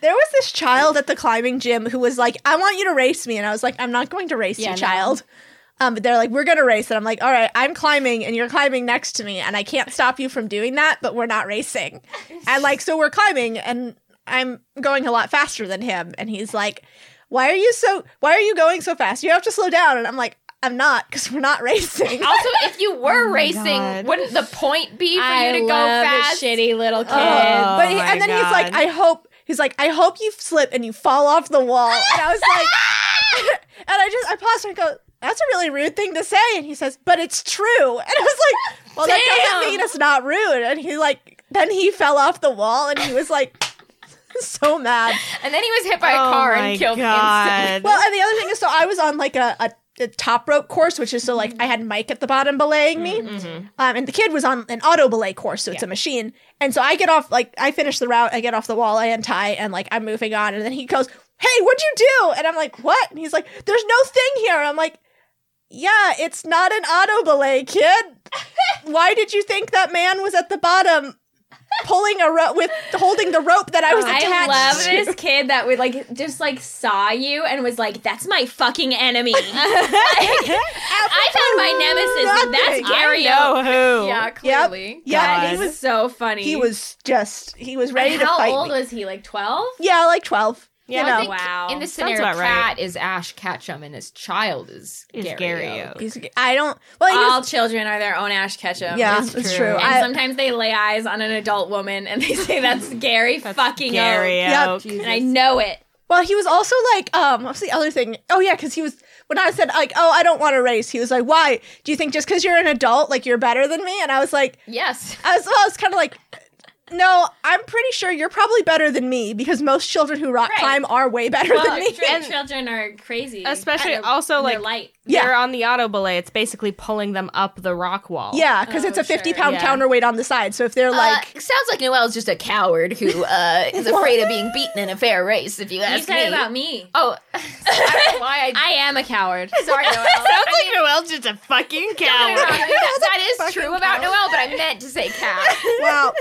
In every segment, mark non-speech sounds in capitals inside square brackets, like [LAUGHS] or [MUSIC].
There was this child at the climbing gym who was like, I want you to race me. And I was like, I'm not going to race you, Yeah, no. child. Um, but they're like, we're going to race. And I'm like, all right, I'm climbing and you're climbing next to me. And I can't stop you from doing that, but we're not racing. And like, so we're climbing and I'm going a lot faster than him. And he's like, why are you so, why are you going so fast? You have to slow down. And I'm like, I'm not because we're not [LAUGHS] racing. Also, if you Oh were racing, God. wouldn't the point be for I you to go love fast? shitty little kid. Oh, but he, and then he's like, I hope he's like, I hope you slip and you fall off the wall. And I was like, [LAUGHS] and I just I paused and I go, that's a really rude thing to say. And he says, but it's true. And I was like, well, that doesn't Damn. mean it's not rude. And he like, then he fell off the wall and he was like. [LAUGHS] So mad. And then he was hit by Oh a car Oh and killed instantly. Well, and the other thing is, so I was on like a, a, a top rope course, which is so like I had Mike at the bottom belaying me, um, and the kid was on an auto belay course, so it's a machine. And so I get off, like I finish the route, I get off the wall, I untie, and like I'm moving on. And then he goes, "Hey, what'd you do?" And I'm like, "What?" And he's like, "There's no thing here." And I'm like, "Yeah, it's not an auto belay, kid. Why did you think that man was at the bottom?" pulling a rope with holding the rope that I was attached I love [LAUGHS] to. this kid that would like just like saw you and was like, "That's my [LAUGHS] fucking enemy." Like, I found my nemesis, and that's Nothing. Gary. I know [LAUGHS] who. Yeah, Yep. clearly. Yeah, and God. he was so funny. he was just he was ready And to how fight old me. was he? Like twelve? yeah, like twelve. Yeah, I you know, think- Wow. In this Sounds scenario, about Cat right. is Ash Ketchum, and his child is Is Gario. Gario. he's, I don't. Well, he all was, children are their own Ash Ketchum. yeah, It's- it's, true. true. and I, sometimes they lay eyes on an adult woman and they [LAUGHS] say, "That's Gary fucking Gary Oak." Yep. Oak. And I know it. well, he was also like, um, what's the other thing? Oh yeah, because he was when I said like, oh, I don't want to race. He was like, why? Do you think just because you're an adult, like you're better than me? And I was like, Yes. I was, well, I was kind of like. No, I'm pretty sure you're probably better than me because most children who rock Right. climb are way better Well, than me. [LAUGHS] dr- children are crazy, Especially And they're- also, and they're like- light. Yeah. They're on the auto belay. It's basically pulling them up the rock wall. [LAUGHS] Yeah, because Oh, it's a 50 sure. Uh, pound Yeah. counterweight on the side. So if they're Like, [LAUGHS] [LAUGHS] like, Uh, sounds like Noelle's just a coward who [LAUGHS] uh, is afraid of being beaten in a fair race. If you You ask said me. it about me. [LAUGHS] oh, I don't know why [LAUGHS] I. I am a coward. Sorry, Noelle. Sounds like Noelle's just a [LAUGHS] fucking coward. that, that is true about Noelle, but I meant to say [LAUGHS] cat. [LAUGHS] wow.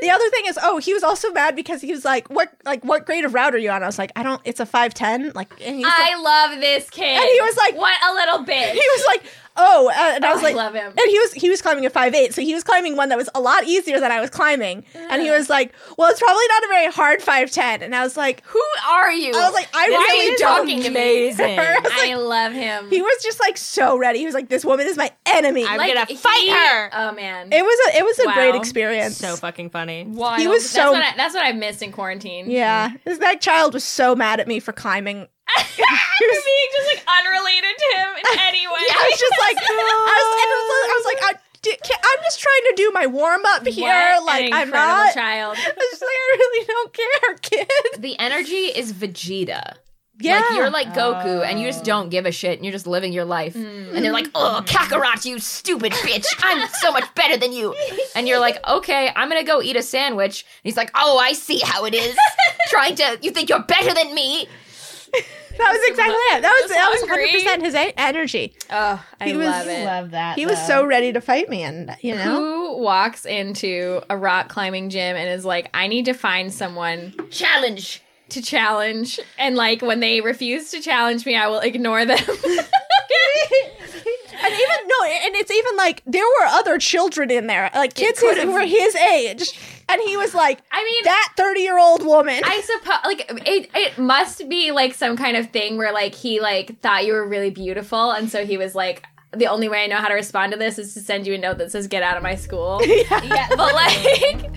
The other thing is, oh, he was also mad because he was like, "What, like, what grade of route are you on?" I was like, "I don't. It's a five ten. Like, and he was, like, I love this kid. And he was like- "What a little bitch." he was like, "Oh," uh, and I was I like, love him. And he was he was climbing a five eight, so he was climbing one that was a lot easier than I was climbing. And he was like, "Well, it's probably not a very hard five ten. And I was like, Who are you? I was like, I Why are really you don't talking to me? Amazing. care. [LAUGHS] I love him. He was just like so ready. He was like, "This woman is my enemy." I'm Like, gonna fight he- her. Oh man, it was a it was a Wow. great experience. so fucking funny. Wild. he was that's so what I, that's what I've missed in quarantine. [LAUGHS] yeah. [LAUGHS] That child was so mad at me for climbing You're being just like unrelated to him in [LAUGHS] any way. I was just [LAUGHS] like, I was, and I was like, I, di- can't, I'm just trying to do my warm up here. What like, an I'm incredible not. child. [LAUGHS] I was just like, I really don't care, [LAUGHS] kid. the energy is Vegeta. Yeah. Like you're like Goku and you just don't give a shit and you're just living your life. And they're like, oh, Kakarot, you stupid bitch. I'm so much better than you. And you're like, okay, I'm going to go eat a sandwich. And he's like, oh, I see how it is. Trying to, you think you're better than me? that was exactly it. That was just that was hungry. 100 percent his e- energy. Oh, I He was- love it. Love that. He was so ready to fight me, and you know, Uh, Who walks into a rock climbing gym and is like, I need to find someone Challenge. to challenge. And like, when they refuse to challenge me, I will ignore them. [LAUGHS] and even no, and it's even like there were other children in there, like kids his, who were his age, and he was like, I mean, that 30 year old woman. I suppose, like, it, it must be like some kind of thing where like he like thought you were really beautiful. And so he was like, the only way I know how to respond to this is to send you a note that says, get out of my [LAUGHS] school. [LAUGHS] yeah. But like,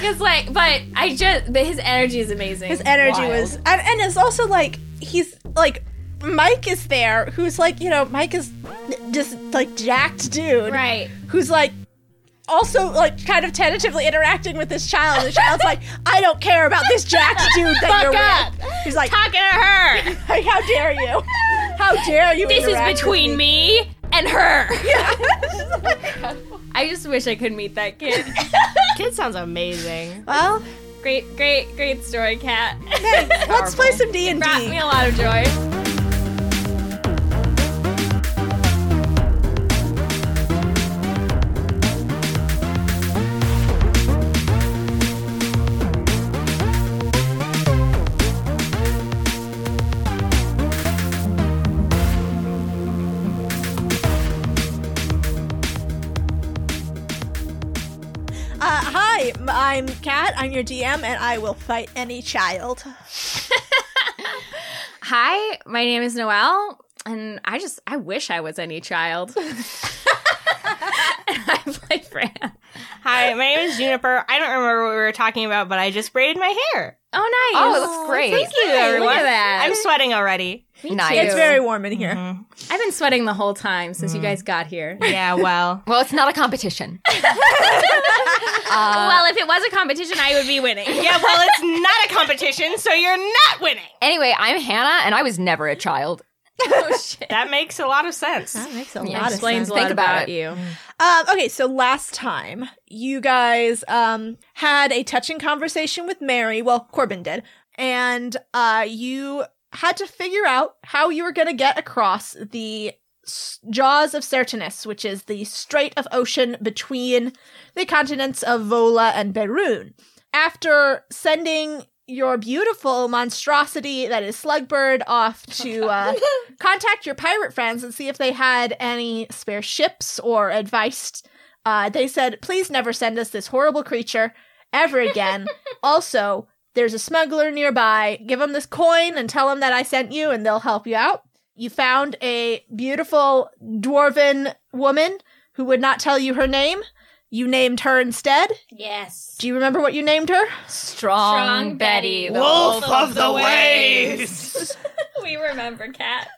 cause like, but I just, but his energy is amazing. His energy Wild. was, and, and it's also like he's like Mike is there, who's like you know Mike is just like jacked dude, Right. Who's like also like kind of tentatively interacting with this child. The child's like, I don't care about this [LAUGHS] jacked dude that you're with. He's like, Talking to her. like, how dare you? How dare you? This interact is with between me [LAUGHS] and her. me. [LAUGHS] I just wish I could meet that kid. [LAUGHS] Kid sounds amazing. well, great, great, great story, Kat. [LAUGHS] hey, let's play some D and Brought me D. a lot of joy. Uh, I'm Kat, I'm your DM, and I will fight any child. Hi, my name is Noelle, and I just I wish I was any child. [LAUGHS] and I play Fran. Hi, my name is Juniper. I don't remember what we were talking about, but I just braided my hair. Oh, nice! Oh, it looks great. Thank you, everyone. Look at that. I'm sweating already. nice. It's very warm in here. I've been sweating the whole time since you guys got [LAUGHS] here. Uh, Yeah, [LAUGHS] well. well, it's not a competition. well, if it was a competition, I would be winning. Yeah, well, it's not a competition, so you're not winning. anyway, I'm Hannah, and I was never a child. [LAUGHS] [LAUGHS] oh shit! That makes a lot of sense. makes a That explains a Think lot about about Mm. it. you. Um, okay, so last time you guys um, had a touching conversation with Mary. Well, Corbin did, and uh, you had to figure out how you were going to get across the s- jaws of Sertanus, which is the Strait of Ocean between the continents of Vola and Berun. After sending your beautiful monstrosity that is Slugbird off to uh, contact your pirate friends and see if they had any spare ships or advice. Uh, they said, please never send us this horrible creature ever again. also, there's a smuggler nearby. Give him this coin and tell him that I sent you, and they'll help you out. You found a beautiful dwarven woman who would not tell you her name. You named her instead. Yes. Do you remember what you named her? Strong, Strong Betty, the Wolf, of the waves. We remember Cat.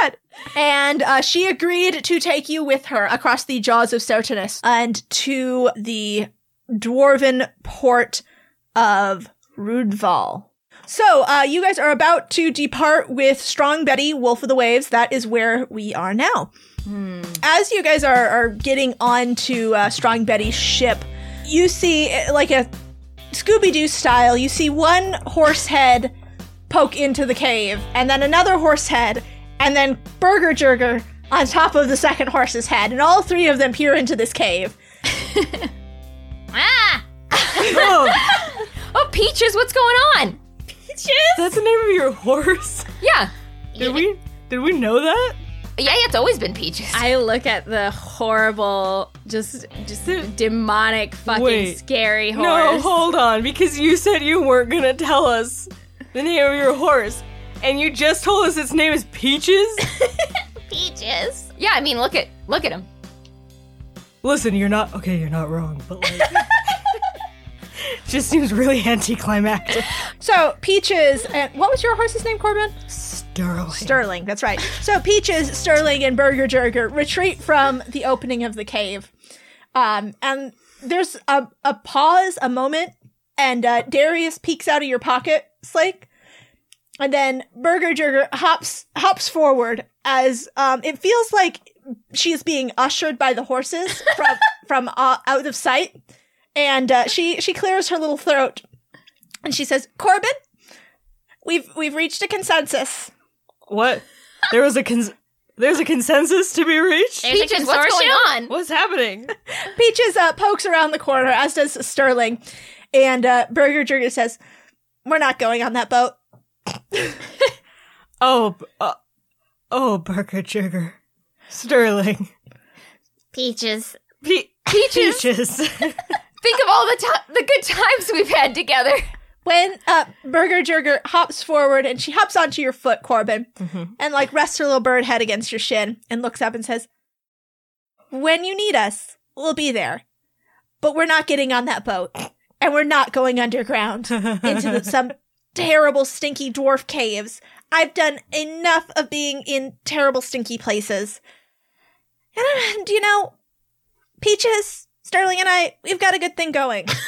Good. And uh, she agreed to take you with her across the jaws of Sertanus and to the dwarven port of Rudval. So, uh, you guys are about to depart with Strong Betty, Wolf of the Waves. That is where we are now. As you guys are, are getting onto uh, Strong Betty's ship, you see, uh, like a Scooby Doo style, you see one horse head poke into the cave, and then another horse head, and then Burger Jerger on top of the second horse's head, and all three of them peer into this cave. Ah, Oh, Peaches, what's going on? That's the name of your horse? Yeah. Did we did we know that? Yeah, yeah, it's always been Peaches. I look at the horrible, just just demonic, fucking Wait. scary horse. No, hold on, because you said you weren't gonna tell us the name of your horse. And you just told us its name is Peaches? Peaches. Yeah, I mean, look at look at him. Listen, you're not okay, you're not wrong, but [LAUGHS] like just seems really anticlimactic. So Peaches and what was your horse's name, Corbin? Sterling. Sterling. That's right. So Peaches, Sterling, and Burger Jerger retreat from the opening of the cave, um, and there's a, a pause, a moment, and uh, Darius peeks out of your pocket, Slake, and then Burger Jerger hops hops forward as um, it feels like she is being ushered by the horses from from uh, out of sight, and uh, she she clears her little throat, and she says, "Corbin." We've we've reached a consensus. What? There was a cons- there's a consensus to be reached? There's a Peaches, what's going consortium? on? What's happening? Peaches uh, pokes around the corner, as does Sterling. And uh, Burger Jurger says, We're not going on that boat. Oh, b- uh, oh, Burger Jugger. Sterling. Peaches. Pe- [LAUGHS] Peaches, Peaches. think of all the ti the good times we've had together. [LAUGHS] When uh, Burger Jurger hops forward and she hops onto your foot, Corbin, and like rests her little bird head against your shin and looks up and says, When you need us, we'll be there. But we're not getting on that boat. And we're not going underground into the, some terrible, stinky dwarf caves. I've done enough of being in terrible, stinky places. And I, do you know, Peaches, Sterling, and I, we've got a good thing going. [LAUGHS]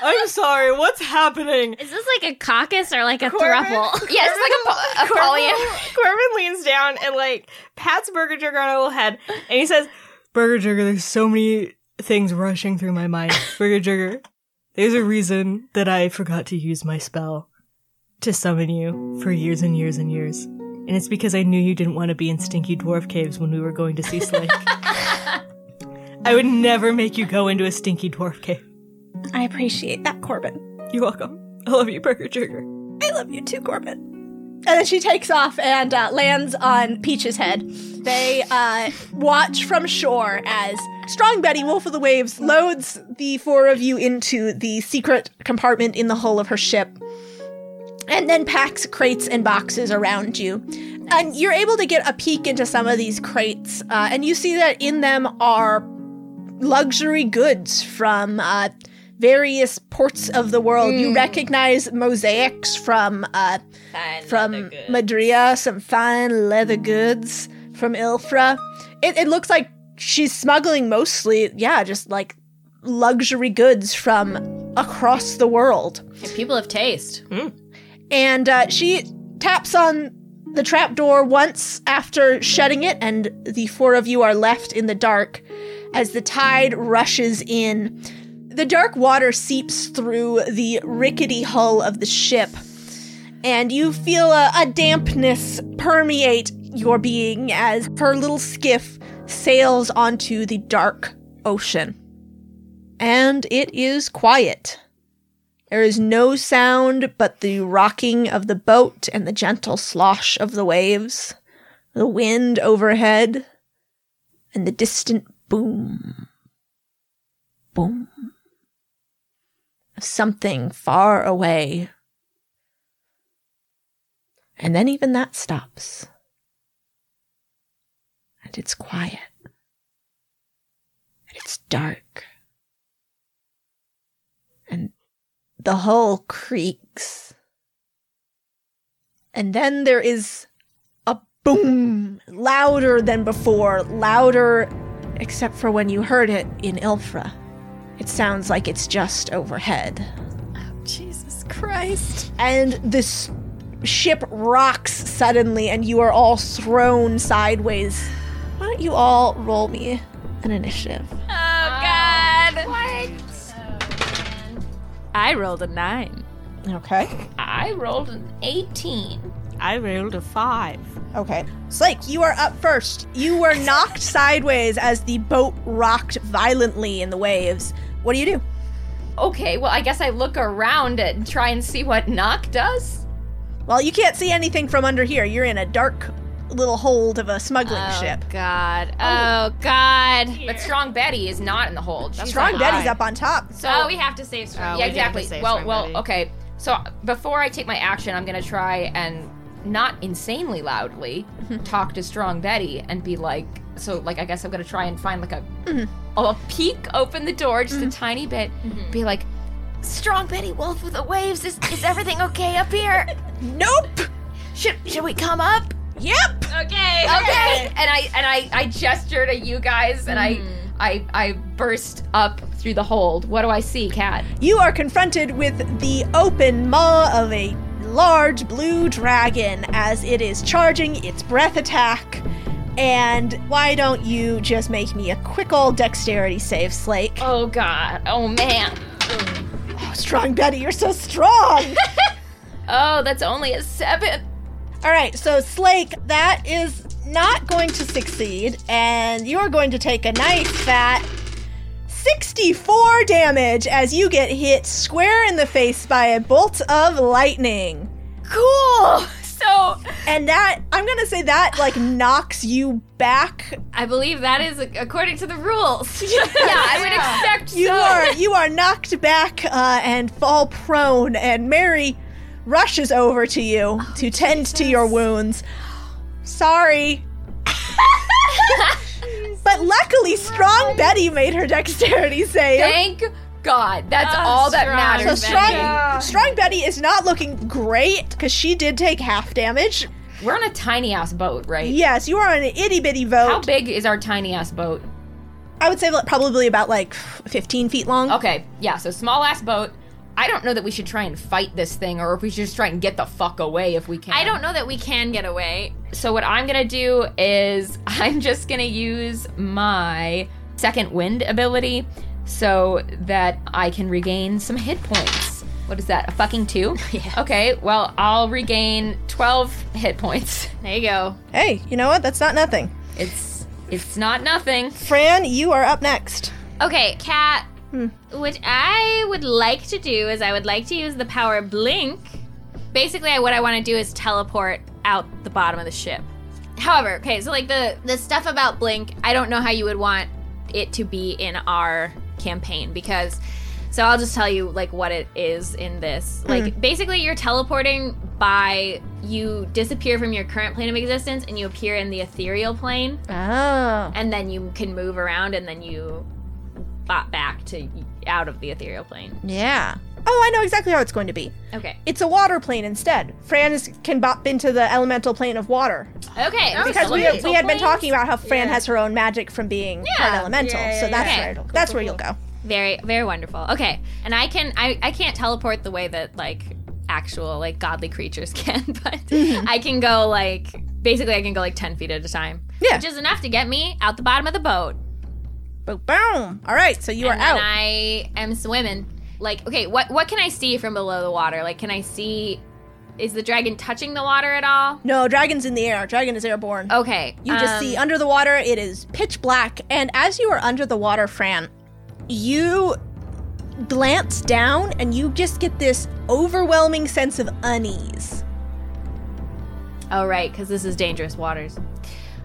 [LAUGHS] I'm sorry, what's happening? Is this like a caucus or like a Corbin? [LAUGHS] thruple? [LAUGHS] Yeah, it's like a, po- a polyam. Corbin leans down and like pats Burger Jugger on her little head and he says, Burger Jugger, there's so many things rushing through my [LAUGHS] mind. Burger Jugger, there's a reason that I forgot to use my spell to summon you for years and years and years. And it's because I knew you didn't want to be in stinky dwarf caves when we were going to see Slake. [LAUGHS] I would never make you go into a stinky dwarf cave. I appreciate that, Corbin. You're welcome. I love you, Burger Jugger. I love you too, Corbin. And then she takes off and uh, lands on Peach's head. They uh, watch from shore as Strong Betty, Wolf of the Waves, loads the four of you into the secret compartment in the hull of her ship and then packs crates and boxes around you. And you're able to get a peek into some of these crates, uh, and you see that in them are luxury goods from uh, various ports of the world. You recognize mosaics from uh, from Madria, some fine leather goods from Ilfra. It, it looks like she's smuggling mostly, yeah, just like luxury goods from across the world people of taste. and uh, she taps on the trapdoor once after shutting it, and the four of you are left in the dark as the tide rushes in. The dark water seeps through the rickety hull of the ship, and you feel a, a dampness permeate your being as her little skiff sails onto the dark ocean. And it is quiet. There is no sound but the rocking of the boat and the gentle slosh of the waves, the wind overhead, and the distant boom, boom of something far away. And then even that stops. And it's quiet. And it's dark. And the hull creaks. And then there is a boom, louder than before, louder, except for when you heard it in Ilfra. It sounds like it's just overhead. Oh, Jesus Christ. And this ship rocks suddenly, and you are all thrown sideways. Why don't you all roll me an initiative? Oh, God. What? I rolled a nine. Okay. I rolled an 18. I rolled a five. Okay. Slake, you are up first. You were knocked sideways as the boat rocked violently in the waves. What do you do? Okay, well, I guess I look around and try and see what knock does. Well, you can't see anything from under here. You're in a dark little hold of a smuggling ship. God. Oh, God. But Strong Betty is not in the hold. She's Strong on Betty's high. up on top. So oh, we have to save Strong. yeah, yeah, we do have to exactly. save Well, Strong well, Betty. okay. So before I take my action, I'm gonna try and not insanely loudly talk to Strong Betty and be like, so like I guess I'm gonna try and find like a I'll peek open the door just a tiny bit, be like, Strong Betty Wolf with the waves. Is is everything okay up here? Nope. should should we come up? Yep. Okay. Okay. And I and I I gesture to you guys and I I I burst up through the hold. What do I see, Cat? You are confronted with the open maw of a large blue dragon as it is charging its breath attack. And why don't you just make me a quick old dexterity save, Slake? Oh God. Oh man. Oh, strong Betty, you're so strong. Oh, that's only a seven. All right, so Slake, that is not going to succeed, and you're going to take a nice fat 64 damage as you get hit square in the face by a bolt of lightning. Cool. So And that, I'm going to say that like knocks you back. I believe that is according to the rules. [LAUGHS] yeah, I [LAUGHS] would expect You are you are knocked back uh, and fall prone and Mary rushes over to you Oh, to tend to your wounds. [LAUGHS] Sorry, But luckily, strong Betty made her dexterity save. Thank God. That's Oh, all that So strong. matters. Betty. strong, strong Betty is not looking great because she did take half damage. We're on a tiny ass boat, right? Yes, you are on an itty bitty How boat. big is our tiny ass boat? I would say like, probably about like 15 feet long. Okay, yeah, so small ass boat. I don't know that we should try and fight this thing or if we should just try and get the fuck away if we can. I don't know that we can get away. So what I'm gonna do is [LAUGHS] I'm just gonna use my second wind ability so that I can regain some hit points. What is that? A fucking [LAUGHS] two? Okay, well I'll regain twelve hit points. [LAUGHS] There you go. Hey, you know what? That's not nothing. It's it's not nothing. Fran, you are up next. Okay, cat. What I would like to do is I would like to use the power blink basically I- what I want to do is teleport out the bottom of the ship. However, okay, so like the the stuff about Blink, I don't know how you would want it to be in our campaign because so I'll just tell you like what it is in this. Like basically you're teleporting by you disappear from your current plane of existence and you appear in the ethereal plane Oh. and then you can move around and then you bop back to out of the ethereal plane. Yeah. Oh, I know exactly how it's going to be. Okay. It's a water plane instead. Fran is, can bop into the elemental plane of water Okay. because we, Elemental we had been planes? talking about how Fran Yeah. has her own magic from being part Yeah. elemental. Yeah, yeah, so that's yeah. where Okay. it'll, that's where you'll go. Very, very wonderful. Okay, and I can I I can't teleport the way that like actual like godly creatures [LAUGHS] can, but Mm-hmm. I can go like basically I can go like ten feet at a time. Yeah. which is enough to get me out the bottom of the boat. Boom, boom. All right, so you and are out. Then I am swimming. Like okay, what what can I see from below the water? Like can I see? Is the dragon touching the water at all? no, dragon's in the air. Dragon is airborne. Okay, You just um, see under the water, it is pitch black. And as you are under the water, Fran, you glance down and you just get this overwhelming sense of unease. Oh right, because this is dangerous waters.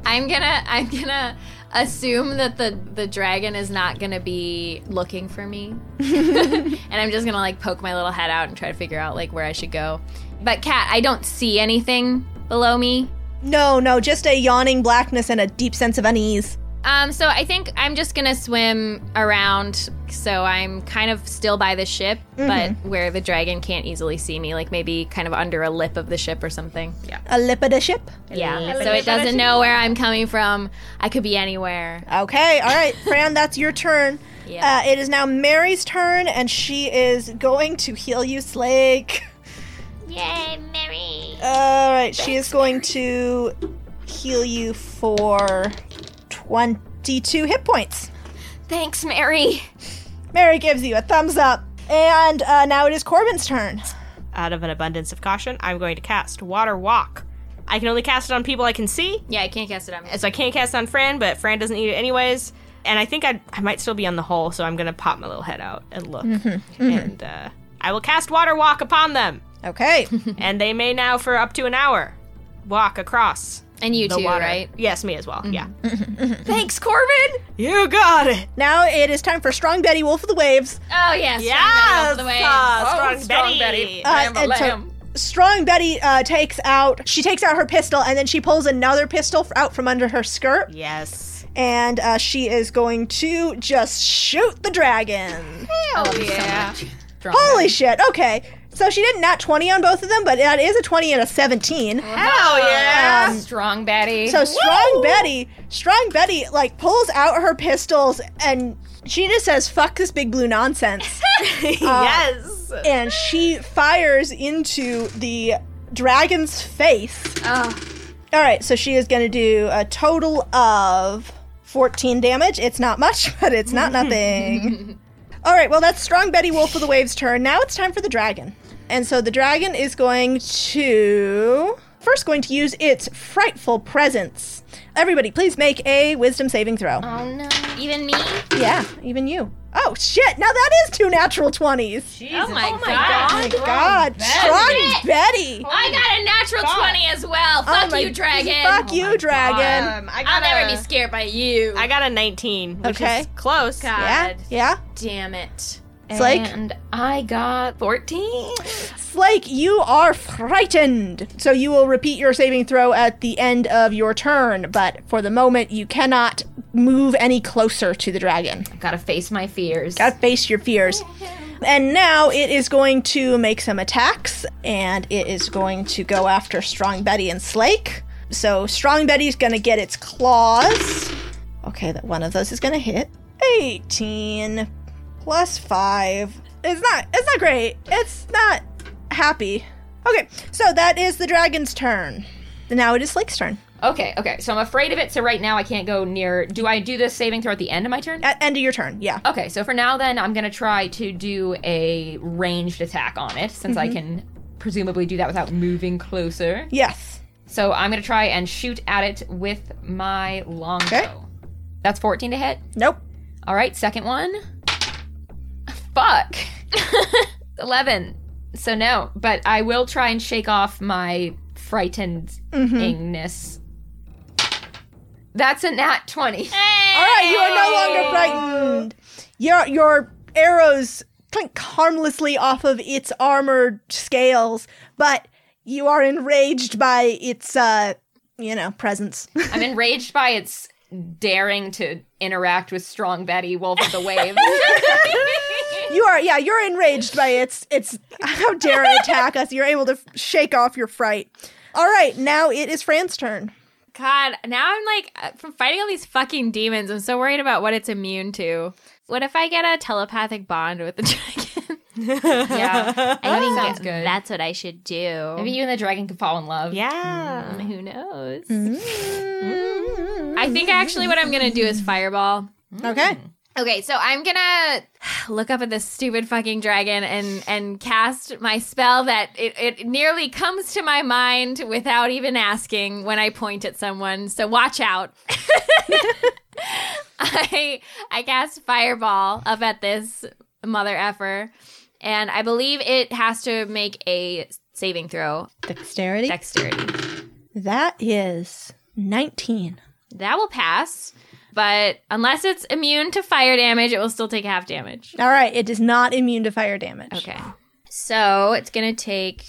I'm gonna [LAUGHS] I'm gonna assume that the the dragon is not gonna be looking for me, and I'm just gonna like poke my little head out and try to figure out like where I should go. But cat, I don't see anything below me. No, no, just a yawning blackness and a deep sense of unease. Um, so I think I'm just gonna swim around. So I'm kind of still by the ship, but where the dragon can't easily see me, like maybe kind of under a lip of the ship or something. A lip of the ship. Yeah. So it doesn't know where I'm coming from. I could be anywhere. Okay, all right, [LAUGHS] Fran, that's your turn. Yeah. Uh, it is now Mary's turn, and she is going to heal you, Slake. Yay, Mary! All right, she is going to heal you for 22 hit points. Thanks, Mary. Mary gives you a thumbs up. And uh, now it is Corbin's turn. Out of an abundance of caution, I'm going to cast Water Walk. I can only cast it on people I can see, Yeah, I can't cast it on me. so I can't cast on Fran, but Fran doesn't need it anyways. And I think I I might still be on the hole, so I'm gonna pop my little head out and look. And uh, I will cast Water Walk upon them, [LAUGHS] Okay. and they may now for up to an hour walk across And you the too, water. right? Yes, me as well. Yeah, Thanks, Corbin. you got it. now it is time for Strong Betty, Wolf of the Waves. Oh yes. Yes, I'm off the way. uh, strong, Oh, strong Betty. Betty. Uh, and so- Strong Betty uh, takes out, she takes out her pistol, and then she pulls another pistol f- out from under her skirt, Yes. and uh, she is going to just shoot the dragon. oh yeah. Holy shit! Okay, so she didn't nat twenty on both of them, but that is a twenty and a seventeen. Hell yeah! Strong Betty. Ah. So strong Betty, strong Betty, like pulls out her pistols and she just says, "Fuck this big blue nonsense," yes. and she fires into the dragon's face. Oh, All right, so she is going to do a total of fourteen damage. It's not much, [LAUGHS] but it's not nothing. All right, well that's strong Betty Wolf of the Waves' turn. Now it's time for the dragon, and so the dragon is going to first going to use its frightful presence. Everybody, please make a Wisdom saving throw. Ah. even me? Yeah, even you. Oh shit! Now that is two natural twenties. oh my, god. My God, strong Betty. I got a natural twenty as well. Oh Fuck my- you, dragon. Fuck Oh you, dragon. I I'll never be scared by you. I got a 19, which Okay. is close. God Yeah, yeah. damn it. It's like and I got 14. Slake, you are frightened. So you will repeat your saving throw at the end of your turn, but for the moment, you cannot move any closer to the dragon. Gotta face my fears. Gotta uh, face your fears. And now it is going to make some attacks, and it is going to go after Strong Betty and Slake. So Strong Betty's gonna get its claws. Okay, that one of those is gonna hit. 18 plus 5. It's not it's not great. It's not happy. Okay, so that is the dragon's turn. Now it is Slake's turn. Okay, okay. So I'm afraid of it, so right now I can't go near. Do I do this saving throw at the end of my turn? At end of your turn, yeah. Okay, so for now then, I'm gonna try to do a ranged attack on it, since Mm-hmm. I can presumably do that without moving closer. Yes. So I'm gonna try and shoot at it with my longbow. Okay. That's 14 to hit. Nope. [LAUGHS] All right, second one. Fuck. 11. So no, but I will try and shake off my frightenedness. That's a nat [LAUGHS] twenty. All right, you are no longer frightened. Your your arrows clink harmlessly off of its armored scales, but you are enraged by its uh, you know, presence. I'm enraged by its daring to interact with strong Betty Wolf [LAUGHS] of the Waves. you are yeah, you're enraged by its its how dare it attack us. You're able to f- shake off your fright. All right, now it is Fran's turn. God, now I'm like uh, from fighting all these fucking demons. I'm so worried about what it's immune to. What if I get a telepathic bond with the [LAUGHS] dragon? yeah, I think sounds good. that's what I should do. maybe you and the dragon can fall in love. Yeah. Um, who knows? Mm. I think actually what I'm gonna do is fireball. Okay. Okay, so I'm gonna [SIGHS] look up at this stupid fucking dragon and and cast my spell that it, it nearly comes to my mind without even asking when I point at someone. So watch out. [LAUGHS] I I cast fireball up at this mother effer, and I believe it has to make a saving throw Dexterity. dexterity. that is 19. That will pass, but unless it's immune to fire damage, it will still take half damage. All right, it is not immune to fire damage. Okay. So it's gonna take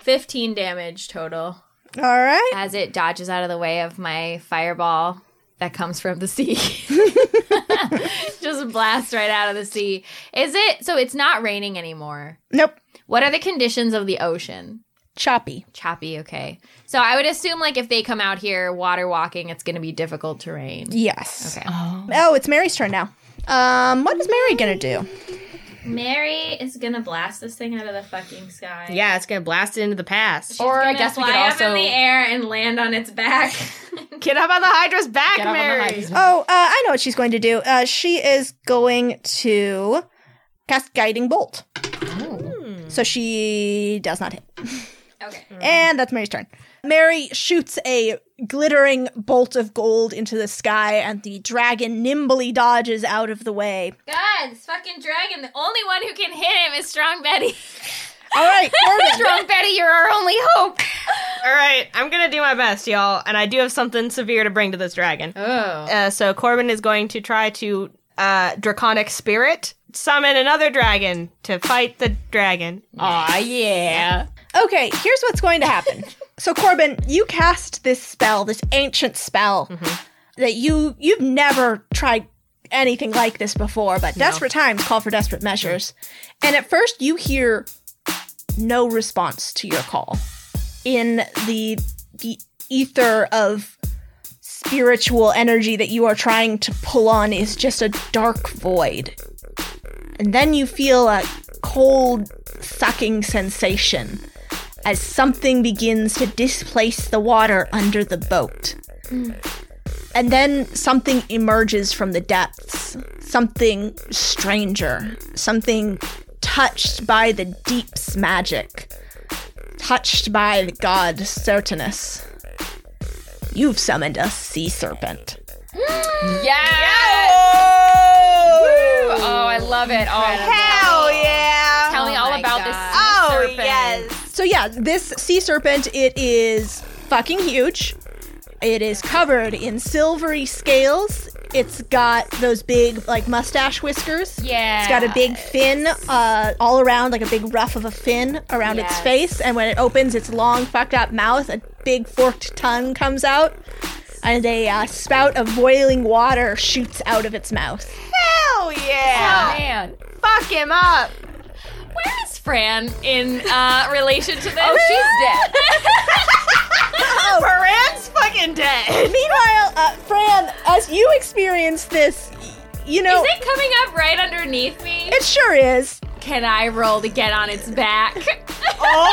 15 damage total All right. as it dodges out of the way of my fireball that comes from the sea. [LAUGHS] Just blasts right out of the sea. Is it so it's not raining anymore? Nope. What are the conditions of the ocean? Choppy. Choppy, okay. So I would assume like if they come out here water walking, it's gonna be difficult terrain. Yes. Okay. Oh, it's Mary's turn now. Um, what is Mary gonna do? Mary is gonna blast this thing out of the fucking sky. Yeah, it's gonna blast it into the past. Or I guess we could also air and land on [LAUGHS] its back. Get up on the Hydra's back, get up on the [LAUGHS] Mary. hydra's back. Oh, uh, I know what she's going to do. Uh, she is going to cast Guiding Bolt. So she does not hit. okay. And that's Mary's turn. Mary shoots a glittering bolt of gold into the sky, and the dragon nimbly dodges out of the way. God, this fucking dragon, the only one who can hit him is Strong Betty. All right, Corbin. [LAUGHS] Strong Betty, you're our only hope. [LAUGHS] All right, I'm gonna do my best, y'all, and I do have something severe to bring to this dragon. Oh. Uh, so Corbin is going to try to uh, draconic spirit summon another dragon to fight the dragon. Aw, yeah. Okay, here's what's going to happen. so Corbin, you cast this spell, this ancient spell that you you've never tried anything like this before, but desperate times call for desperate measures. And at first you hear no response to your call in the the ether of spiritual energy that you are trying to pull on is just a dark void. And then you feel a cold sucking sensation as something begins to displace the water under the boat. And then something emerges from the depths, something stranger, something touched by the deep's magic, touched by the god Certinus. You've summoned a sea serpent. Yes. Woo. Oh, I love it. Oh, Hell yeah! Tell me all my about God. this sea oh serpent. yes! So yeah, this sea serpent it is fucking huge. It is covered in silvery scales. It's got those big like mustache whiskers. Yeah. It's got a big fin uh, all around, like a big ruff of a fin around its Yes. face. And when it opens its long, fucked up mouth, a big forked tongue comes out. And a uh, spout of boiling water shoots out of its mouth. Hell yeah! man. Fuck him up! Where is Fran in uh, [LAUGHS] relation to this? Oh, she's dead. [LAUGHS] Moran's fucking [LAUGHS] dead. Meanwhile, uh, Fran, as you experience this, y- you know. [LAUGHS] Is it coming up right underneath me? It sure is. Can I roll to get on [LAUGHS] its back?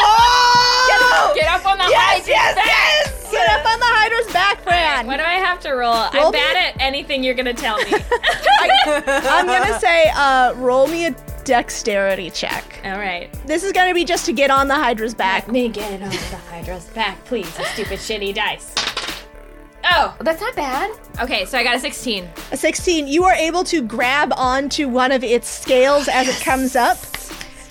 Oh! Get up on the yes, yes, yes! Get up on the Hydra's back, Fran. [LAUGHS] what do I have to roll? Roll I'm bad me- at anything you're gonna tell [LAUGHS] me. I'm gonna say, uh, roll me a dexterity check. all right. This is gonna be just to get on the Hydra's back. me get it on the Hydra's back, please. You stupid shitty dice. Oh, That's not bad. okay. So I got a 16. A 16. You are able to grab onto one of its scales as it comes up.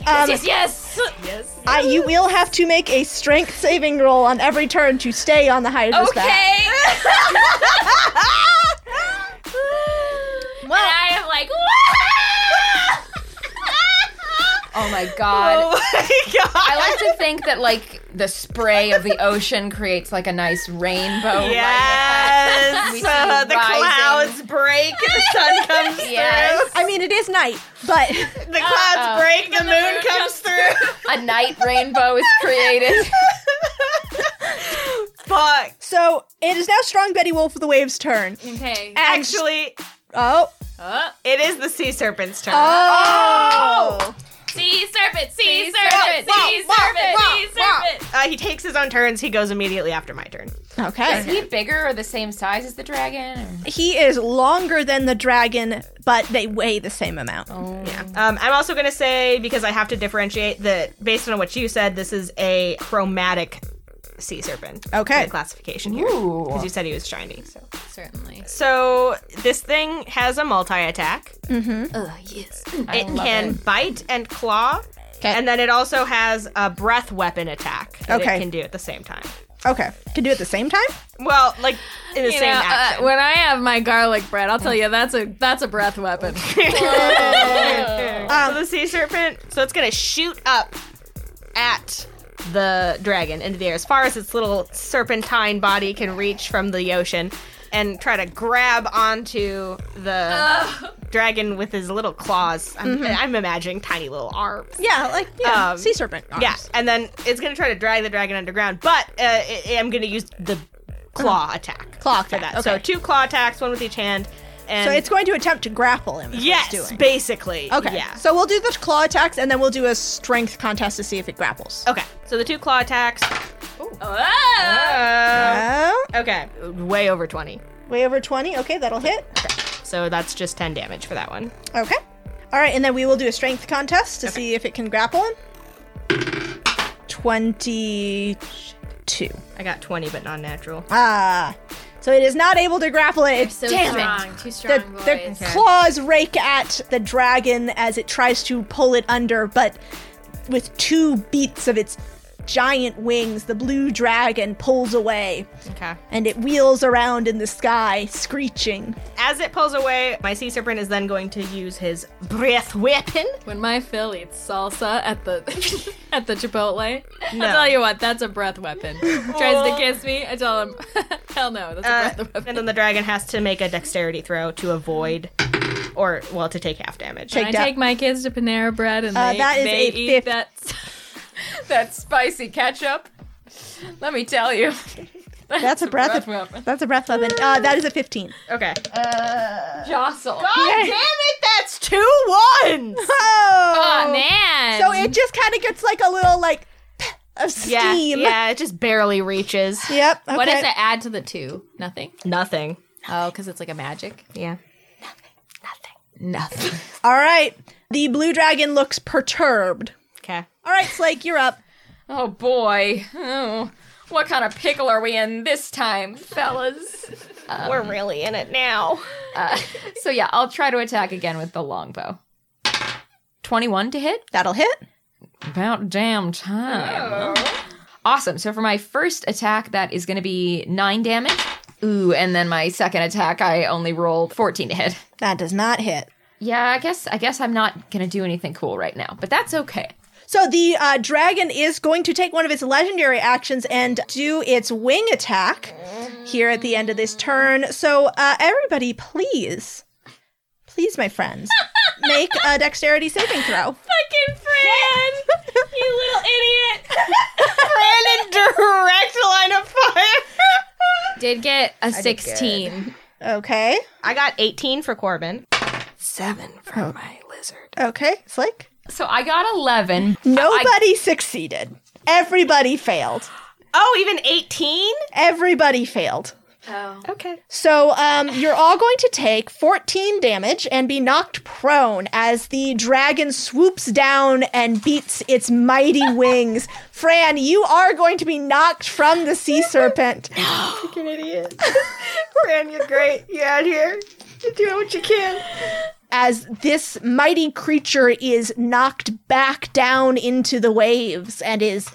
Um, yes, yes. Yes. Yes. I, you will have to make a strength saving roll on every turn to stay on the Hydra's [LAUGHS] back. [LAUGHS] Okay. and I am like, Oh my god. [LAUGHS] Oh my god. I like to think that like the spray of the ocean creates like a nice rainbow. like, Yes. [LAUGHS] We see Uh, the rising- clouds break. The [LAUGHS] sun comes Yes. I mean, it is night, but through. The clouds break. The, moon, comes [LAUGHS] through. A night rainbow is created. Fuck. so it is now Strong Betty Wolf of the Waves' turn. okay. And- Actually, oh, Oh. it is the sea serpent's turn. oh, Sea serpent, sea Sea serpent, serpent, sea serpent, sea serpent. Uh, he takes his own turns. He goes immediately after my turn. okay. [LAUGHS] Is he bigger or the same size as the dragon? Or- He is longer than the dragon, but they weigh the same amount. Yeah. Um, I'm also going to say, because I have to differentiate, that based on what you said, this is a chromatic sea serpent. Okay. The classification here. Ooh. Because you said he was shiny. So. Certainly. So this thing has a multi attack. Oh, yes. I Mm-hmm. It love can bite and claw. And then it also has a breath weapon attack that Okay. it can do at the same time. Okay, can do it at the same time. Well, like in the You know, same uh, action. when I have my garlic bread, I'll tell you that's a that's a breath [LAUGHS] weapon. so the sea serpent, so it's gonna shoot up at the dragon into the air as far as its little serpentine body can reach from the ocean, and try to grab onto the dragon with his little claws. I'm, I'm imagining tiny little arms. Yeah, like yeah, Um, sea serpent. arms. Yeah, and then it's gonna try to drag the dragon underground, but uh, I- I'm gonna use the Uh-huh. claw attack. Claw for attack, that. okay. So two claw attacks, one with each hand, and So it's going to attempt to grapple him. is what it's yes, doing. basically. Okay. Yeah. So we'll do the claw attacks and then we'll do a strength contest to see if it grapples. okay. So the two claw attacks. Oh. Uh, Oh, okay. Way over twenty. way over 20. Okay, that'll hit. So that's just ten damage for that one. Okay. All right, and then we will do a strength contest to see if it can grapple him. 22. I got twenty, but not natural. Ah. So it is not able to grapple it. It's So damn strong, it. too The, strong, the boys. claws rake at the dragon as it tries to pull it under, but with two beats of its giant wings, the blue dragon pulls away. Okay. and it wheels around in the sky, screeching. As it pulls away, my sea serpent is then going to use his breath weapon. When my Phil eats salsa at the [LAUGHS] at the Chipotle, No. I'll tell you what, that's a breath weapon. Tries Oh. to kiss me, I tell him, [LAUGHS] hell no, that's Uh, a breath weapon. and then the dragon has to make a dexterity throw to avoid, or well, to take half damage. Take I that. take my kids to Panera Bread and Uh, they, that is a they eat fifth. that. [LAUGHS] That spicy ketchup. Let me [LAUGHS] tell you. That's a breath. breath weapon. That's a breath weapon. Uh, that is a fifteen. Okay. Jostle. God damn it! That's two ones. Oh, Oh, man. So it just kind of gets like a little like [LAUGHS] of steam. [LAUGHS] Yeah, yeah, it just barely reaches. Yep. Okay. what does it add to the two? Nothing. Nothing. Oh, because it's like a magic. Yeah. Nothing. All right. The blue dragon looks perturbed. Okay. All right, Slake, you're up. Oh boy. Oh, what kind of pickle are we in this time, fellas? We're really in it [LAUGHS] now. Uh, so yeah, I'll try to attack again with the longbow. 21 to hit? That'll hit. About damn time. Awesome. So for my first attack, that is going to be 9 damage. Ooh, and then my second attack, I only roll 14 to hit. That does not hit. Yeah, I guess I guess I'm not going to do anything cool right now, but that's okay. So the uh, dragon is going to take one of its legendary actions and do its wing attack here at the end of this turn. So uh, everybody, please, please, my friends, make a dexterity saving throw. Fucking [LAUGHS] Fran! you little idiot! Brandon direct line of fire. Did get a 16. Okay, I got 18 for Corbin. Seven for my lizard. okay, Slick. So I got 11. Oh, Nobody succeeded. Everybody failed. Oh, even 18? Everybody failed. Okay. So um, you're all going to take 14 damage and be knocked prone as the dragon swoops down and beats its mighty wings. Fran, you are going to be knocked from the sea serpent. [LAUGHS] Fucking idiot. Brandon, you're great. You're out here. You're doing what you can. as this mighty creature is knocked back down into the waves and is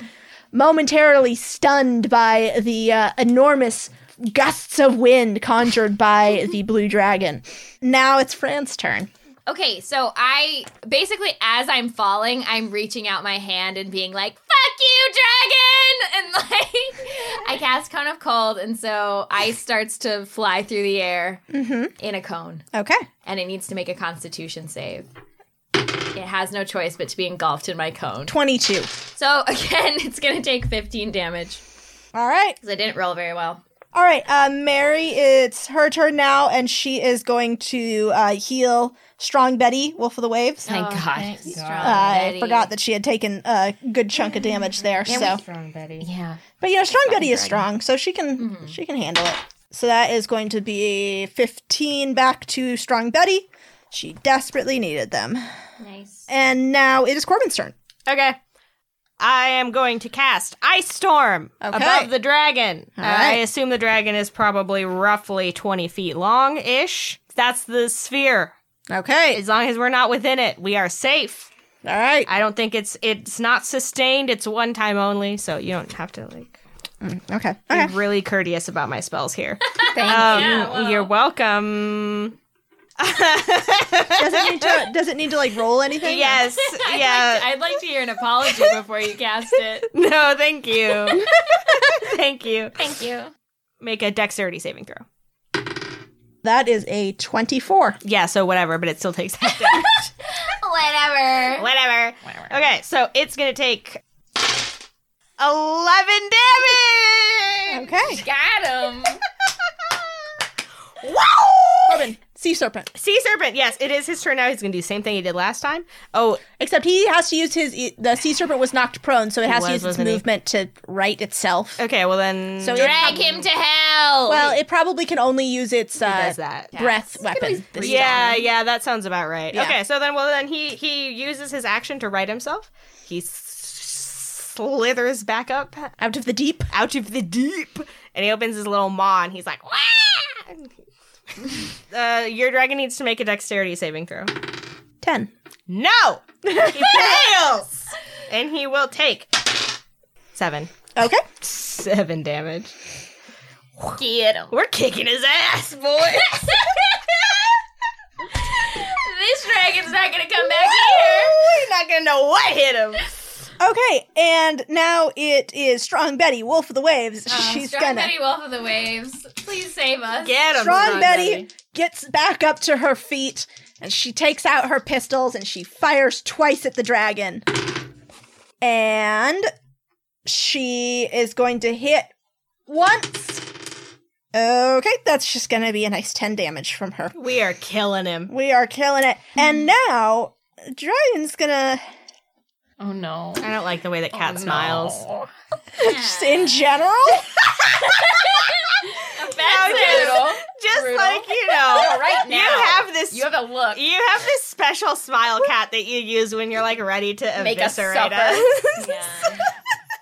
momentarily stunned by the uh, enormous gusts of wind conjured [LAUGHS] by the blue dragon. Now it's Fran's turn. Okay, so I basically, as I'm falling, I'm reaching out my hand and being like, "Fuck you, dragon!" [LAUGHS] And like, I cast cone of cold, and so ice starts to fly through the air Mm-hmm. in a cone, Okay. and it needs to make a Constitution save. It has no choice but to be engulfed in my cone. 22. So [LAUGHS] again, it's gonna take 15 damage All right. because I didn't roll very well. All right, uh, Mary, it's her turn now, and she is going to uh, heal Strong Betty, Wolf of the Waves. Thank God. Uh, I forgot that she had taken a good chunk of damage there. so, Strong Betty. Yeah. but you know, Strong Betty is strong, so she can she can handle it. So that is going to be fifteen back to Strong Betty. She desperately needed them, Nice. and now it is Corbin's turn. Okay. I am going to cast Ice Storm above the dragon. Uh, I right. assume the dragon is probably roughly 20 feet long ish. That's the sphere. Okay, As long as we're not within it, we are safe. all right. I don't think it's it's not sustained. It's one time only, so you don't have to like Okay, be okay. really courteous about my spells here. Thank Um, You're welcome. Does it need to does it need to like roll anything? [LAUGHS] Yes. [LAUGHS] yeah. I'd like to hear an apology before you cast it. No, thank you. [LAUGHS] thank you. Thank you. Make a dexterity saving throw. That is a twenty-four. Yeah, so whatever, but it still takes half damage. [LAUGHS] Whatever. whatever. Okay, so it's gonna take eleven damage. [LAUGHS] Okay, Got him. Whoa! Corbin, sea serpent. Sea serpent. Yes, it is his turn now. He's gonna do the same thing he did last time. Oh, Except he has to use his. e, The sea serpent was knocked prone, so it has to was, use its wasn't he? movement to right itself. okay. Well then, So so it, Drag him to hell. well, it probably can only use its uh, does that. breath weapon. This Yeah, yeah, that sounds about right. Yeah. Okay, so then, well, then he he uses his action to right himself. He s- slithers back up out of the deep. out of the deep, and he opens his little maw, and he's like, "Wah!" uh, your dragon needs to make a dexterity saving throw. Ten. No, [LAUGHS] he fails, and he will take seven, Okay. seven damage. get him. We're kicking his ass, boys. This dragon's not gonna come back here. [LAUGHS] We're not gonna know what hit him. Okay, and now it is Strong Betty, Wolf of the Waves. She's Uh, Strong gonna. Betty Wolf of the Waves. Please save us. Get him, Strong Betty, gets back up to her feet and she takes out her pistols and she fires twice at the dragon. And she is going to hit once. Okay, that's just going to be a nice 10 damage from her. We are killing him. We are killing it. Hmm. And now, Dragon's gonna, Oh no. I don't like the way that Cat smiles. just in general, That's Just like you know, Right now. you have this. You have a look. You have this special smile cat that you use when you're like ready to Make us eviscerate suffer. us. it. Yeah.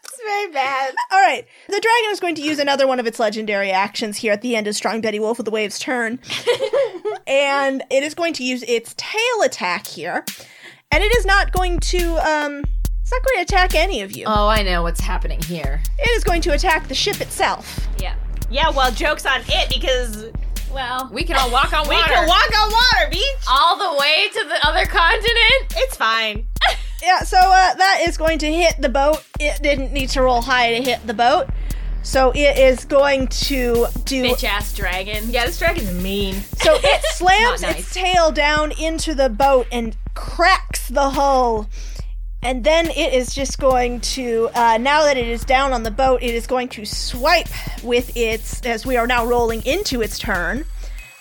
it's very bad. All right. The dragon is going to use another one of its legendary actions here at the end of Strong Betty Wolf of the Waves' turn. and it is going to use its tail attack here. And it is not going to um it's not going to attack any of you. Oh, I know what's happening here. It is going to attack the ship itself. yeah. [LAUGHS] Yeah, well, jokes on it because Well, We can all walk on we water. can walk on water, beach. all the way to the other continent. It's fine. Yeah, so uh, that is going to hit the boat. It didn't need to roll high to hit the boat. So it is going to do Bitch ass dragon. Yeah, this dragon's mean. [LAUGHS] So it slams Not nice. its tail down into the boat and cracks the hull. And then it is just going to, uh, now that it is down on the boat, it is going to swipe with its, as we are now rolling into its turn,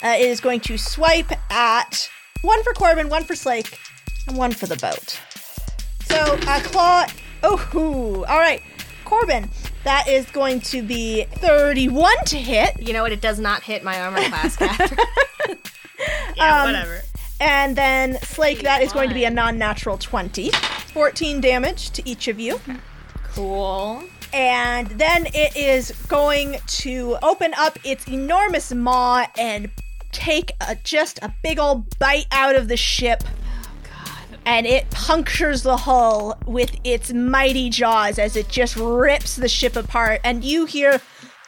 uh, it is going to swipe at one for Corbin, one for Slake, and one for the boat. So, uh, Claw, oh, hoo. all right, Corbin, that is going to be 31 to hit. You know what? It does not hit my [LAUGHS] armor class cat. yeah, Um, whatever. And then Slake, that is going to be a non natural 20. 14 damage to each of you. Cool. And then it is going to open up its enormous maw and take a, just a big old bite out of the ship. And it punctures the hull with its mighty jaws as it just rips the ship apart. And you hear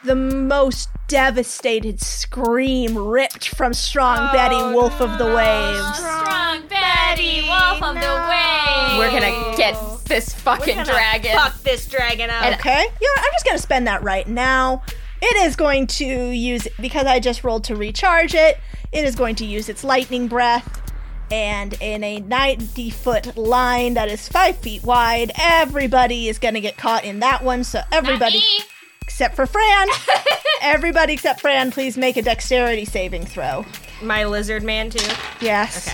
the most devastated scream ripped from Strong Betty, Wolf of the Waves. Strong Betty, Wolf of the Way. We're gonna get this fucking dragon. uh, Fuck this dragon up. Okay. Yeah, I'm just gonna spend that right now. It is going to use because I just rolled to recharge it. It is going to use its lightning breath, and in a 90 foot line that is five feet wide, everybody is gonna get caught in that one. So everybody except for Fran, everybody except Fran, please make a dexterity saving throw. My lizard man too. Yes,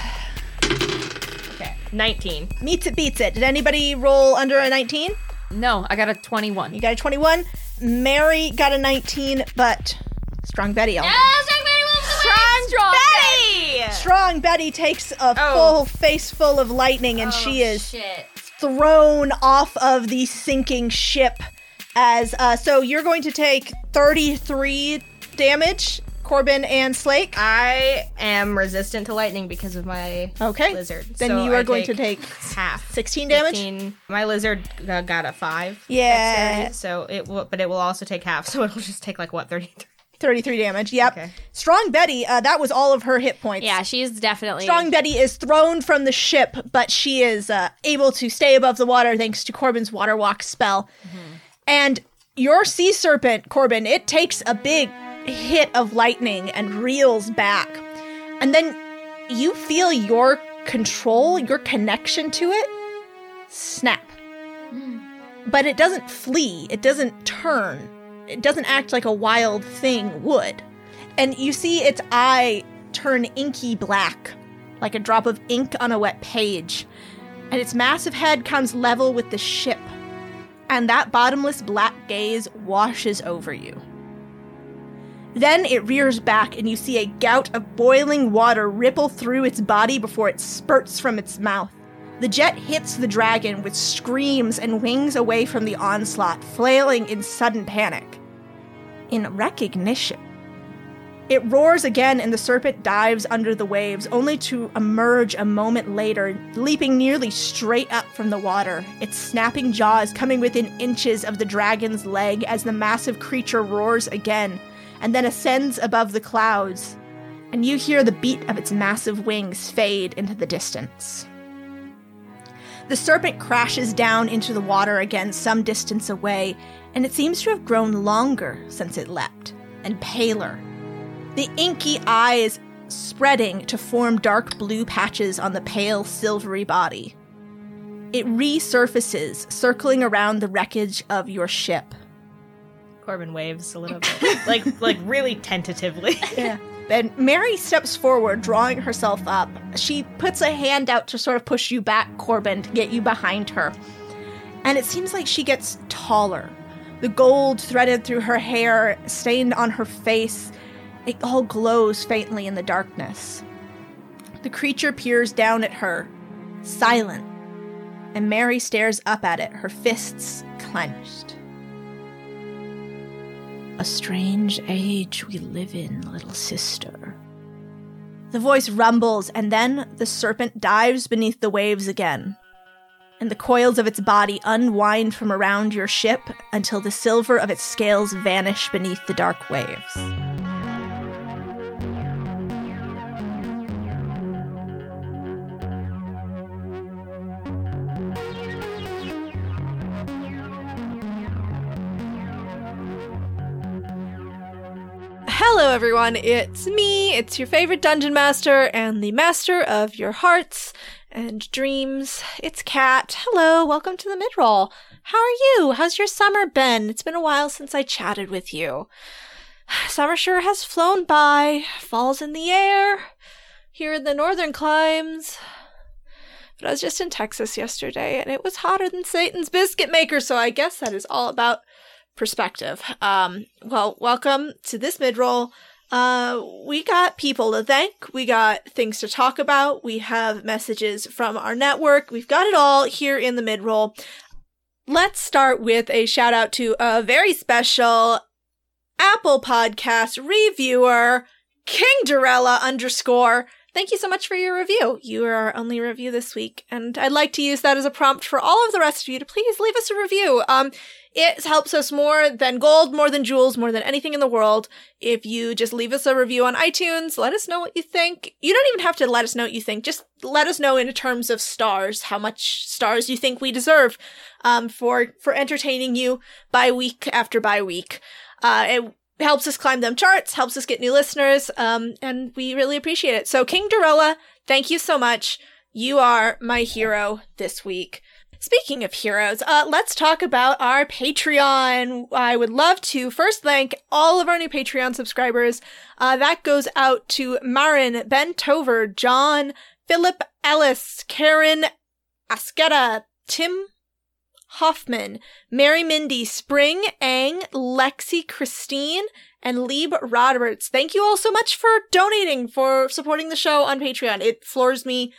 Nineteen. meets it beats it. Did anybody roll under a 19? No, I got a 21. You got a 21. Mary got a 19, but Strong Betty. on. Oh, Strong Betty, Wolf of the Way. Strong Betty. Strong Betty takes a Oh. full face full of lightning and she is Shit. thrown off of the sinking ship. As uh, so, you're going to take 33 damage, Corbin and Slake. Uh, I am resistant to lightning because of my Okay, lizard. then so you are I going to take half 16 damage. 15. My lizard uh, got a five. Yeah. dexterity, So it will, but it will also take half. [LAUGHS] So it'll just take like what thirty three. 33 damage. Yep. Okay. Strong Betty. Uh, that was all of her hit points. Yeah, she's definitely Strong Betty is thrown from the ship, but she is uh, able to stay above the water thanks to Corbin's water walk spell. And your sea serpent, Corbin, it takes a big hit of lightning and reels back. And then you feel your control, your connection to it snap. But it doesn't flee, it doesn't turn, it doesn't act like a wild thing would. And you see its eye turn inky black, like a drop of ink on a wet page. And its massive head comes level with the ship. And that bottomless black gaze washes over you. Then it rears back, and you see a gout of boiling water ripple through its body before it spurts from its mouth. The jet hits the dragon with screams and wings away from the onslaught, flailing in sudden panic. In recognition, it roars again, and the serpent dives under the waves, only to emerge a moment later, leaping nearly straight up from the water, its snapping jaws coming within inches of the dragon's leg as the massive creature roars again, and then ascends above the clouds. And you hear the beat of its massive wings fade into the distance. The serpent crashes down into the water again some distance away, and it seems to have grown longer since it leapt, and paler the inky eyes spreading to form dark blue patches on the pale, silvery body. It resurfaces, circling around the wreckage of your ship. Corbin waves a little bit, like like really tentatively. Yeah. And Mary steps forward, drawing herself up. She puts a hand out to sort of push you back, Corbin, to get you behind her. And it seems like she gets taller. The gold threaded through her hair, stained on her face, it all glows faintly in the darkness. The creature peers down at her, silent. And Mary stares up at it, her fists clenched. A strange age we live in, little sister. The voice rumbles, and then the serpent dives beneath the waves again. And the coils of its body unwind from around your ship until the silver of its scales vanish beneath the dark waves. Hello, everyone. It's me. It's your favorite dungeon master and the master of your hearts and dreams. It's Kat. Hello. Welcome to the midroll. How are you? How's your summer been? It's been a while since I chatted with you. [SIGHS] Summer sure has flown by. Fall's in the air. Here in the northern climes. But I was just in Texas yesterday and it was hotter than Satan's biscuit maker, so I guess that is all about perspective. Um, well, welcome to this midroll. Uh, we got people to thank. We got things to talk about. We have messages from our network. We've got it all here in the midroll. Let's start with a shout out to a very special Apple Podcast reviewer, King Dorella underscore. Thank you so much for your review. You are our only review this week, and I'd like to use that as a prompt for all of the rest of you to please leave us a review. Um, it helps us more than gold, more than jewels, more than anything in the world. If you just leave us a review on iTunes, let us know what you think. You don't even have to let us know what you think. Just let us know in terms of stars, how much stars you think we deserve, um, for for entertaining you by week after by week. Uh, it helps us climb them charts, helps us get new listeners, um, and we really appreciate it. So, King Dorella, thank you so much. You are my hero this week. Speaking of heroes, uh, let's talk about our Patreon. I would love to first thank all of our new Patreon subscribers. Uh, that goes out to Marin, Ben Tover, John, Philip Ellis, Karen Asceta, Tim Hoffman, Mary Mindy, Spring, Ang, Lexi, Christine, and Lieb Roberts. Thank you all so much for donating, for supporting the show on Patreon. It floors me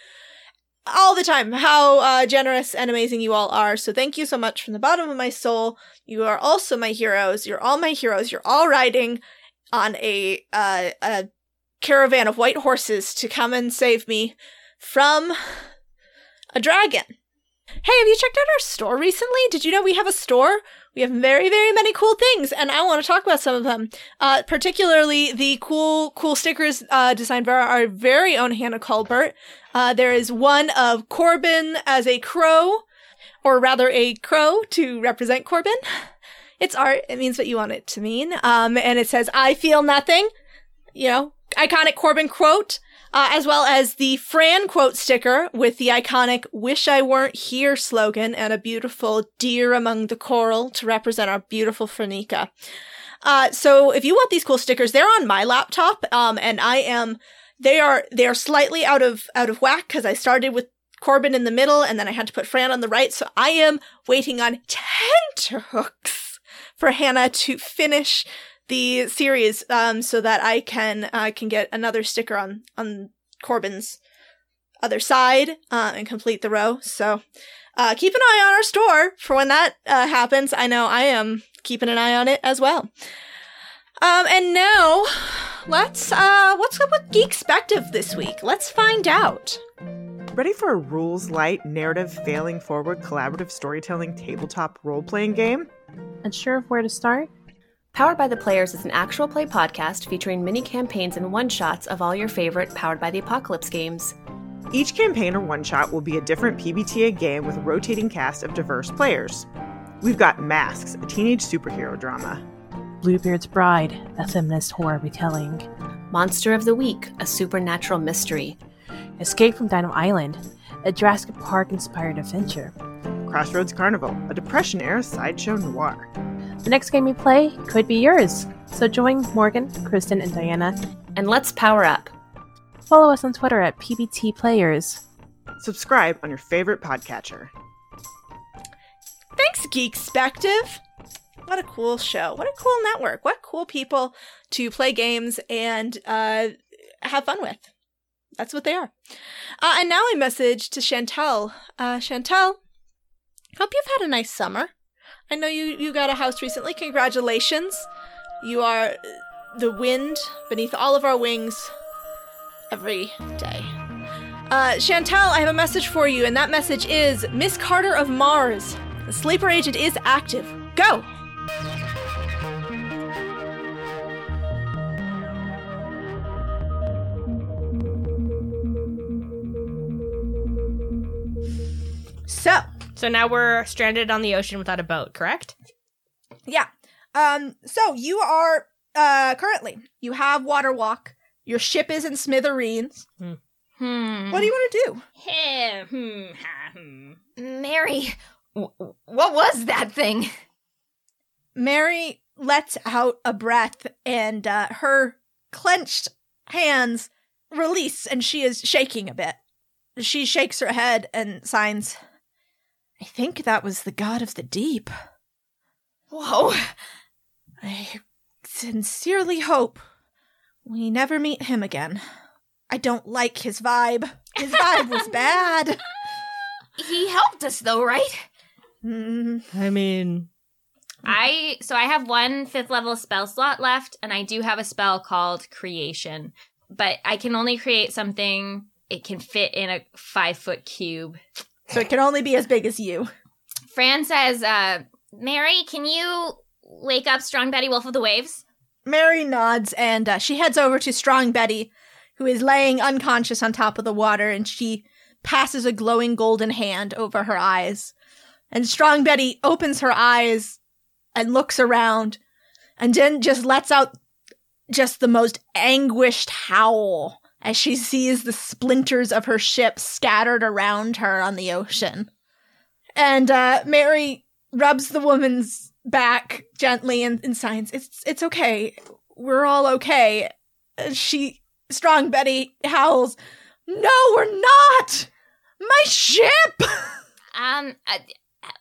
all the time how uh, generous and amazing you all are. So thank you so much from the bottom of my soul. You are also my heroes. You're all my heroes. You're all riding on a uh, a caravan of white horses to come and save me from a dragon. Hey, have you checked out our store recently? Did you know we have a store? We have very, very many cool things, and I want to talk about some of them. Uh, particularly the cool, cool stickers uh, designed by our very own Hannah Culbert. Uh, there is one of Corbin as a crow, or rather a crow to represent Corbin. It's art. It means what you want it to mean. Um, and it says, I feel nothing. You know, iconic Corbin quote. Uh, as well as the Fran quote sticker with the iconic Wish I Weren't Here slogan and a beautiful deer among the coral to represent our beautiful Franica. Uh, so if you want these cool stickers, they're on my laptop. Um, and I am, they are, they are slightly out of, out of whack because I started with Corbin in the middle and then I had to put Fran on the right. So I am waiting on tenterhooks for Hannah to finish the series um, so that I can uh, can get another sticker on on Corbin's other side uh, and complete the row. So uh, keep an eye on our store for when that uh, happens. I know I am keeping an eye on it as well. Um, and now let's uh, what's up with Geekspective this week? Let's find out. Ready for a rules light, narrative failing forward, collaborative storytelling, tabletop role playing game? Unsure of where to start? Powered by the Players is an actual play podcast featuring mini campaigns and one shots of all your favorite Powered by the Apocalypse games. Each campaign or one shot will be a different PBTA game with a rotating cast of diverse players. We've got Masks, a teenage superhero drama, Bluebeard's Bride, a feminist horror retelling. Monster of the Week, a supernatural mystery. Escape from Dino Island, a Jurassic Park inspired adventure. Crossroads Carnival, a Depression era sideshow noir, The next game you play could be yours. So join Morgan, Kristen, and Diana. And let's power up. Follow us on Twitter at PBT Players. Subscribe on your favorite podcatcher. Thanks, Geekspective. What a cool show. What a cool network. What cool people to play games and uh, have fun with. That's what they are. Uh, and now a message to Chantel. Uh, Chantel, hope you've had a nice summer. I know you, you got a house recently. Congratulations. You are the wind beneath all of our wings every day. Uh, Chantel, I have a message for you, and that message is Miss Carter of Mars. The sleeper agent is active. Go! So, [LAUGHS] So now we're stranded on the ocean without a boat, correct? Yeah. Um, so you are uh currently you have water walk. Your ship is in smithereens. Hmm. What do you want to do? Hey, hmm, ha, hmm. Mary, w- w- what was that thing? Mary lets out a breath and uh, her clenched hands release and she is shaking a bit. She shakes her head and signs I think that was the god of the deep. Whoa. I sincerely hope we never meet him again. I don't like his vibe. His vibe was bad. He helped us though, right? Mm, I mean, I so I have one fifth level spell slot left, and I do have a spell called creation, but I can only create something it can fit in a five foot cube. So it can only be as big as you. Fran says, uh, "Mary, can you wake up Strong Betty Wolf of the Waves?" Mary nods and uh, she heads over to Strong Betty, who is laying unconscious on top of the water, and she passes a glowing golden hand over her eyes. And Strong Betty opens her eyes and looks around and then just lets out just the most anguished howl as she sees the splinters of her ship scattered around her on the ocean. And uh, Mary rubs the woman's back gently and in signs, "It's it's okay. We're all okay." And She strong Betty howls, "No, we're not. My ship." Um, uh,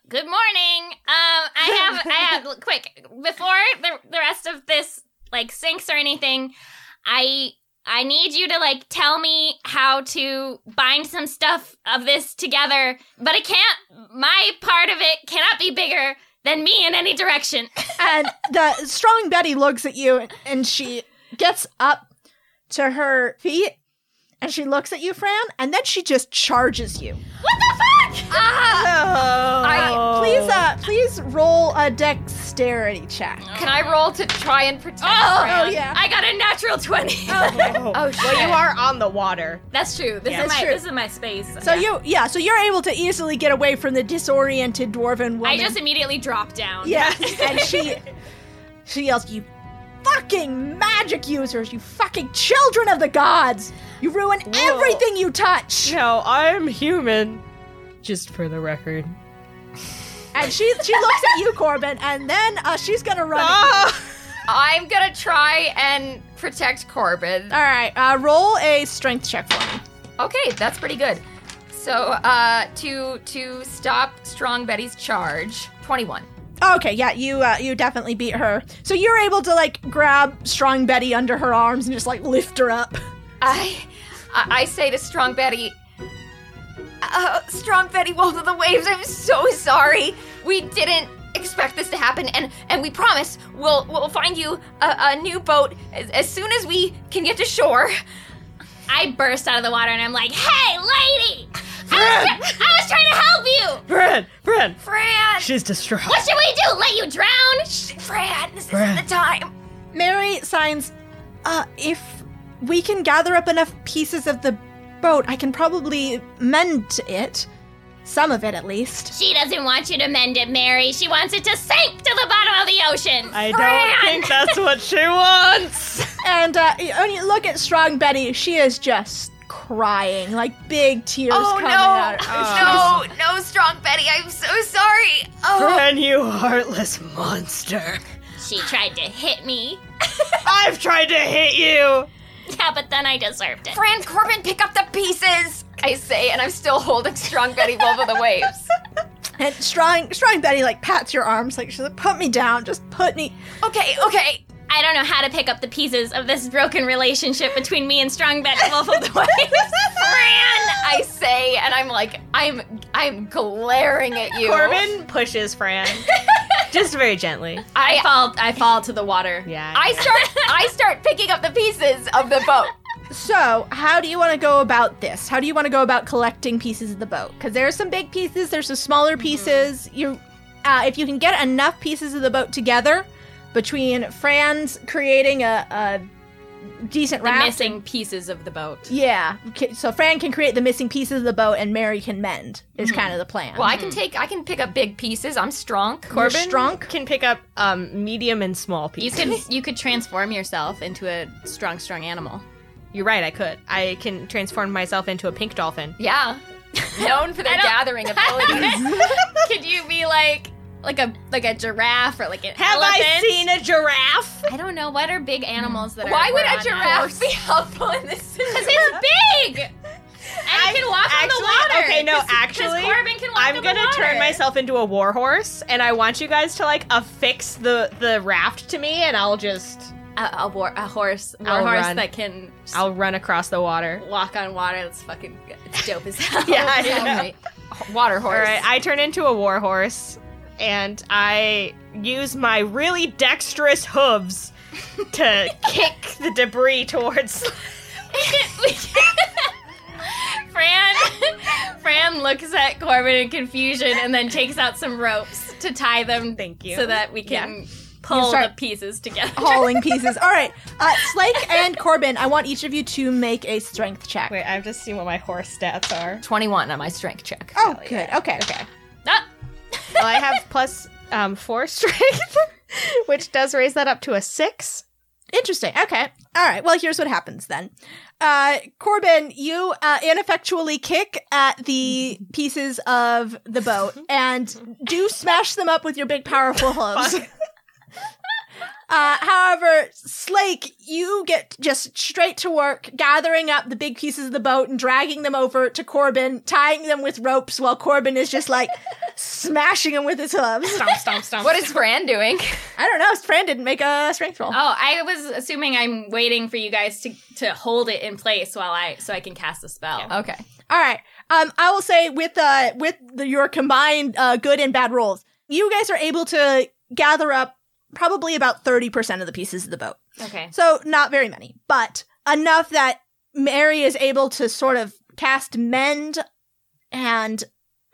good morning. Um, I [LAUGHS] have, I have, look, quick, before the, the rest of this, like, sinks or anything, I, I need you to, like, tell me how to bind some stuff of this together, but it can't, my part of it cannot be bigger than me in any direction. [LAUGHS] and the strong Betty looks at you and she gets up to her feet and she looks at you, Fran, and then she just charges you. What the fuck? Oh. Uh, please, uh, please roll a dexterity check. Can I roll to try and protect? Oh, Fran? oh, yeah. I got a natural 20. Oh, Oh shit. Well, You are on the water. [LAUGHS] That's true. This Yeah. is That's my, true. this is my space. [LAUGHS] So you, yeah, so you're able to easily get away from the disoriented dwarven woman. I just immediately dropped [LAUGHS] down. yeah, [LAUGHS] and she, she yells, "You fucking magic users! You fucking children of the gods! You ruin everything you touch!" No, I'm human. Just for the record. And she, she looks at you, Corbin, and then uh, she's gonna run. at you. I'm gonna try and protect Corbin. All right, uh, roll a strength check for me. Okay, that's pretty good. So, uh, to to stop Strong Betty's charge, twenty-one. Okay, yeah, you uh, you definitely beat her. So you're able to like grab Strong Betty under her arms and just like lift her up. I I I say to Strong Betty, uh, Strong Betty, Wolf of the Waves, I'm so sorry. We didn't expect this to happen, and and we promise we'll we'll find you a, a new boat as, as soon as we can get to shore. I burst out of the water and I'm like, hey, lady! I was, try- I was trying to help you! Fran! Fran! Fran! She's distraught. What should we do? Let you drown? Sh- Fran, this Fran. isn't the time. Mary signs, uh, if we can gather up enough pieces of the boat, I can probably mend it. Some of it, at least. She doesn't want you to mend it, Mary. She wants it to sink to the bottom of the ocean. I Fran! don't think that's what she wants. And uh, when you look at Strong Betty, she is just crying, like big tears coming out. no, no, no, Strong Betty, I'm so sorry. Oh, Fran, you heartless monster. She tried to hit me. [LAUGHS] I've tried to hit you. Yeah, but then I deserved it. Fran Corbin, pick up the pieces. I say, and I'm still holding Strong Betty, Wolf of the Waves. And Strong, Strong Betty like pats your arms, like she's like, "Put me down, just put me." Okay, okay. I don't know how to pick up the pieces of this broken relationship between me and Strong Bet Wolf of the Waves. Fran! I say, and I'm like, I'm, I'm glaring at you. Corbin pushes [LAUGHS] Fran. Just very gently. I fall I fall to the water. Yeah. I start, I start picking up the pieces of the boat. So, how do you want to go about this? How do you want to go about collecting pieces of the boat? Because there are some big pieces, there's some smaller pieces. You, uh, if you can get enough pieces of the boat together, between Fran's creating a, a decent The raft, missing pieces of the boat. yeah. Okay, So Fran can create the missing pieces of the boat, and Mary can mend. Is kind of the plan. Well, I can take, I can pick up big pieces. I'm strong. Corbin Strunk? can pick up um, medium and small You pieces. could you could transform yourself into a strong, strong [LAUGHS] animal. You're right, I could. I can transform myself into a pink dolphin. Yeah, known [LAUGHS] for their I don't- gathering abilities. Could you be like like a like a giraffe or like an Have elephant? I seen a giraffe? I don't know. What are big animals that? Why are, would we're a on giraffe now? be helpful [LAUGHS] in this? Because it's big. And it can walk on Actually, the water. okay, no, [LAUGHS] 'Cause- 'cause actually, Corbin can walk I'm on gonna the water. turn myself into a war horse, and I want you guys to like affix the the raft to me, and I'll just a, a, war, a horse, war I'll horse run. that can s- I'll run across the water. walk on water. That's fucking it's dope as hell. [LAUGHS] Yeah, I know. Water horse. All right, I turn into a war horse. and I use my really dexterous hooves [LAUGHS] to kick the debris towards. Fran, [LAUGHS] Fran [LAUGHS] looks at Corbin in confusion and then takes out some ropes to tie them. Thank you. So that we can pull start- the pieces together. Hauling pieces. All right. Uh, Slake and Corbin, I want each of you to make a strength check. [LAUGHS] Wait, I've just seen what my horse stats are. 21 on my strength check. oh, good. Okay. Okay. [LAUGHS] Ah, Well, I have plus um, four [LAUGHS] strength, which does raise that up to a six. Interesting. Okay. All right. Well, here's what happens then. Uh, Corbin, you uh, ineffectually kick at the pieces of the boat and do smash them up with your big, powerful hooves. [LAUGHS] Uh, however, Slake, you get just straight to work gathering up the big pieces of the boat and dragging them over to Corbin, tying them with ropes while Corbin is just like [LAUGHS] smashing them with his hooves. Stomp, stomp, stomp. What is [LAUGHS] Fran doing? I don't know. Fran didn't make a strength roll. Oh, I was assuming I'm waiting for you guys to to hold it in place while I so I can cast a spell. Okay. All right. Um, I will say with uh with the, your combined uh, good and bad rolls, you guys are able to gather up probably about thirty percent of the pieces of the boat. Oh, Okay. So not very many, but enough that Mary is able to sort of cast mend and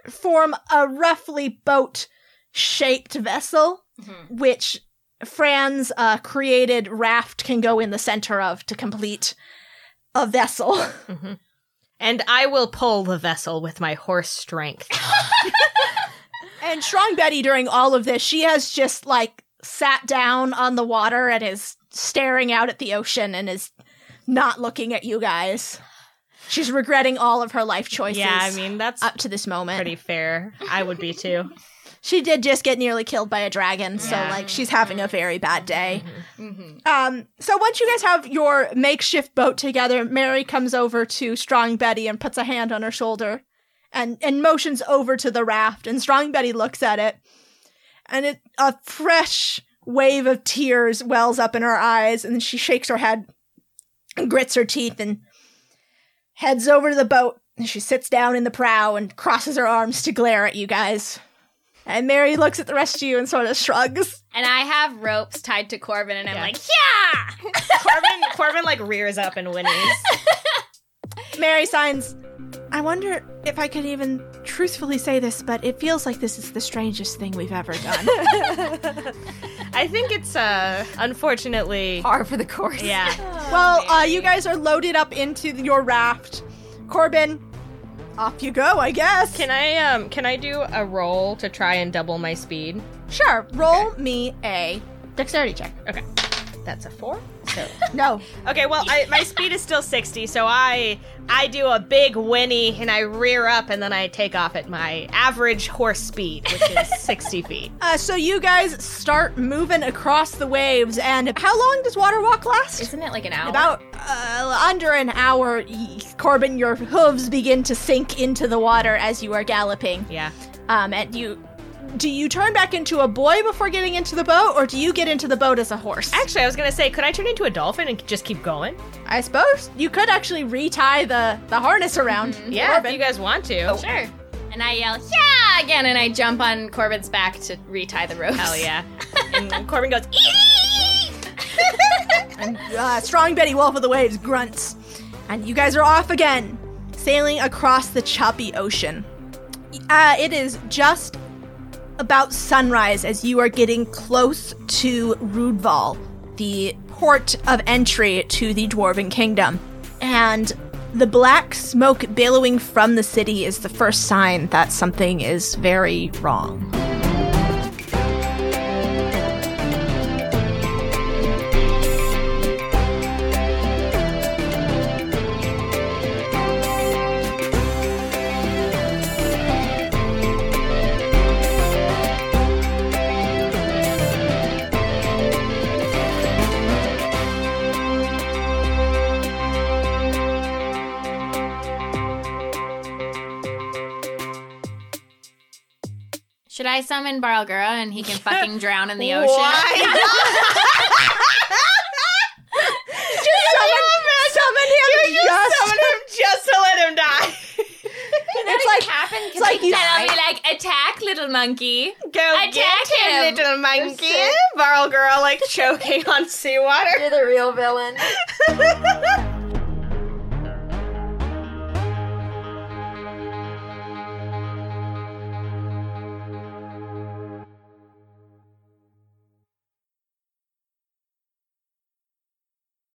form a roughly boat shaped vessel, Mm-hmm. which Fran's uh, created raft can go in the center of to complete a vessel. [LAUGHS] And I will pull the vessel with my horse strength. And Strong Betty, during all of this, she has just like sat down on the water and is staring out at the ocean and is not looking at you guys. She's regretting all of her life choices. yeah, I mean that's up to this moment. pretty fair. I would be [LAUGHS] too. She did just get nearly killed by a dragon, so like she's having a very bad day. Um, so once you guys have your makeshift boat together, Mary comes over to Strong Betty and puts a hand on her shoulder, and and motions over to the raft. And Strong Betty looks at it, and it a fresh wave of tears wells up in her eyes, and she shakes her head, and grits her teeth, and heads over to the boat. And she sits down in the prow and crosses her arms to glare at you guys. And Mary looks at the rest of you and sort of shrugs. And I have ropes tied to Corbin, and I'm Yeah. like, yeah. Corbin, Corbin like rears up and whinnies. Mary signs, I wonder if I could even truthfully say this, but it feels like this is the strangest thing we've ever [LAUGHS] done. Oh, I think it's uh unfortunately Par for the course. yeah. [LAUGHS] well, uh, you guys are loaded up into your raft. Corbin, off you go, I guess. [LAUGHS] Can I um can I do a roll to try and double my speed? sure, roll me a. Dexterity check. Okay. That's a 4. So [LAUGHS] No. Okay, well, I, my speed is still 60, so I I do a big whinny and I rear up and then I take off at my average horse speed, which [LAUGHS] is 60 feet. Uh, so you guys start moving across the waves, and how long does water walk last? Isn't it like an owl? About uh, under an hour, y- Corbin, your hooves begin to sink into the water as you are galloping. Yeah. Um, and you, do you turn back into a boy before getting into the boat, or do you get into the boat as a horse? Actually, I was going to say, could I turn into a dolphin and just keep going? I suppose Mm-hmm. you could actually retie the the harness around. Yeah, if you guys want to. sure. And I yell, yeah, again, and I jump on Corbin's back to retie the ropes. Hell yeah. and Corbin goes, "Ee!" Uh, strong Betty Wolf of the Waves grunts, and you guys are off again, sailing across the choppy ocean. Uh, it is just about sunrise as you are getting close to Rudval, the port of entry to the Dwarven Kingdom. And the black smoke billowing from the city is the first sign that something is very wrong. [LAUGHS] Should I summon Barlgura and he can fucking [LAUGHS] drown in the ocean? Summon him just- just to let him die. it's like, it's like you I'll be like, attack, little monkey. monkey. Go Attack get him. him, little monkey. [LAUGHS] Barrel girl, like choking on seawater. You're the real villain.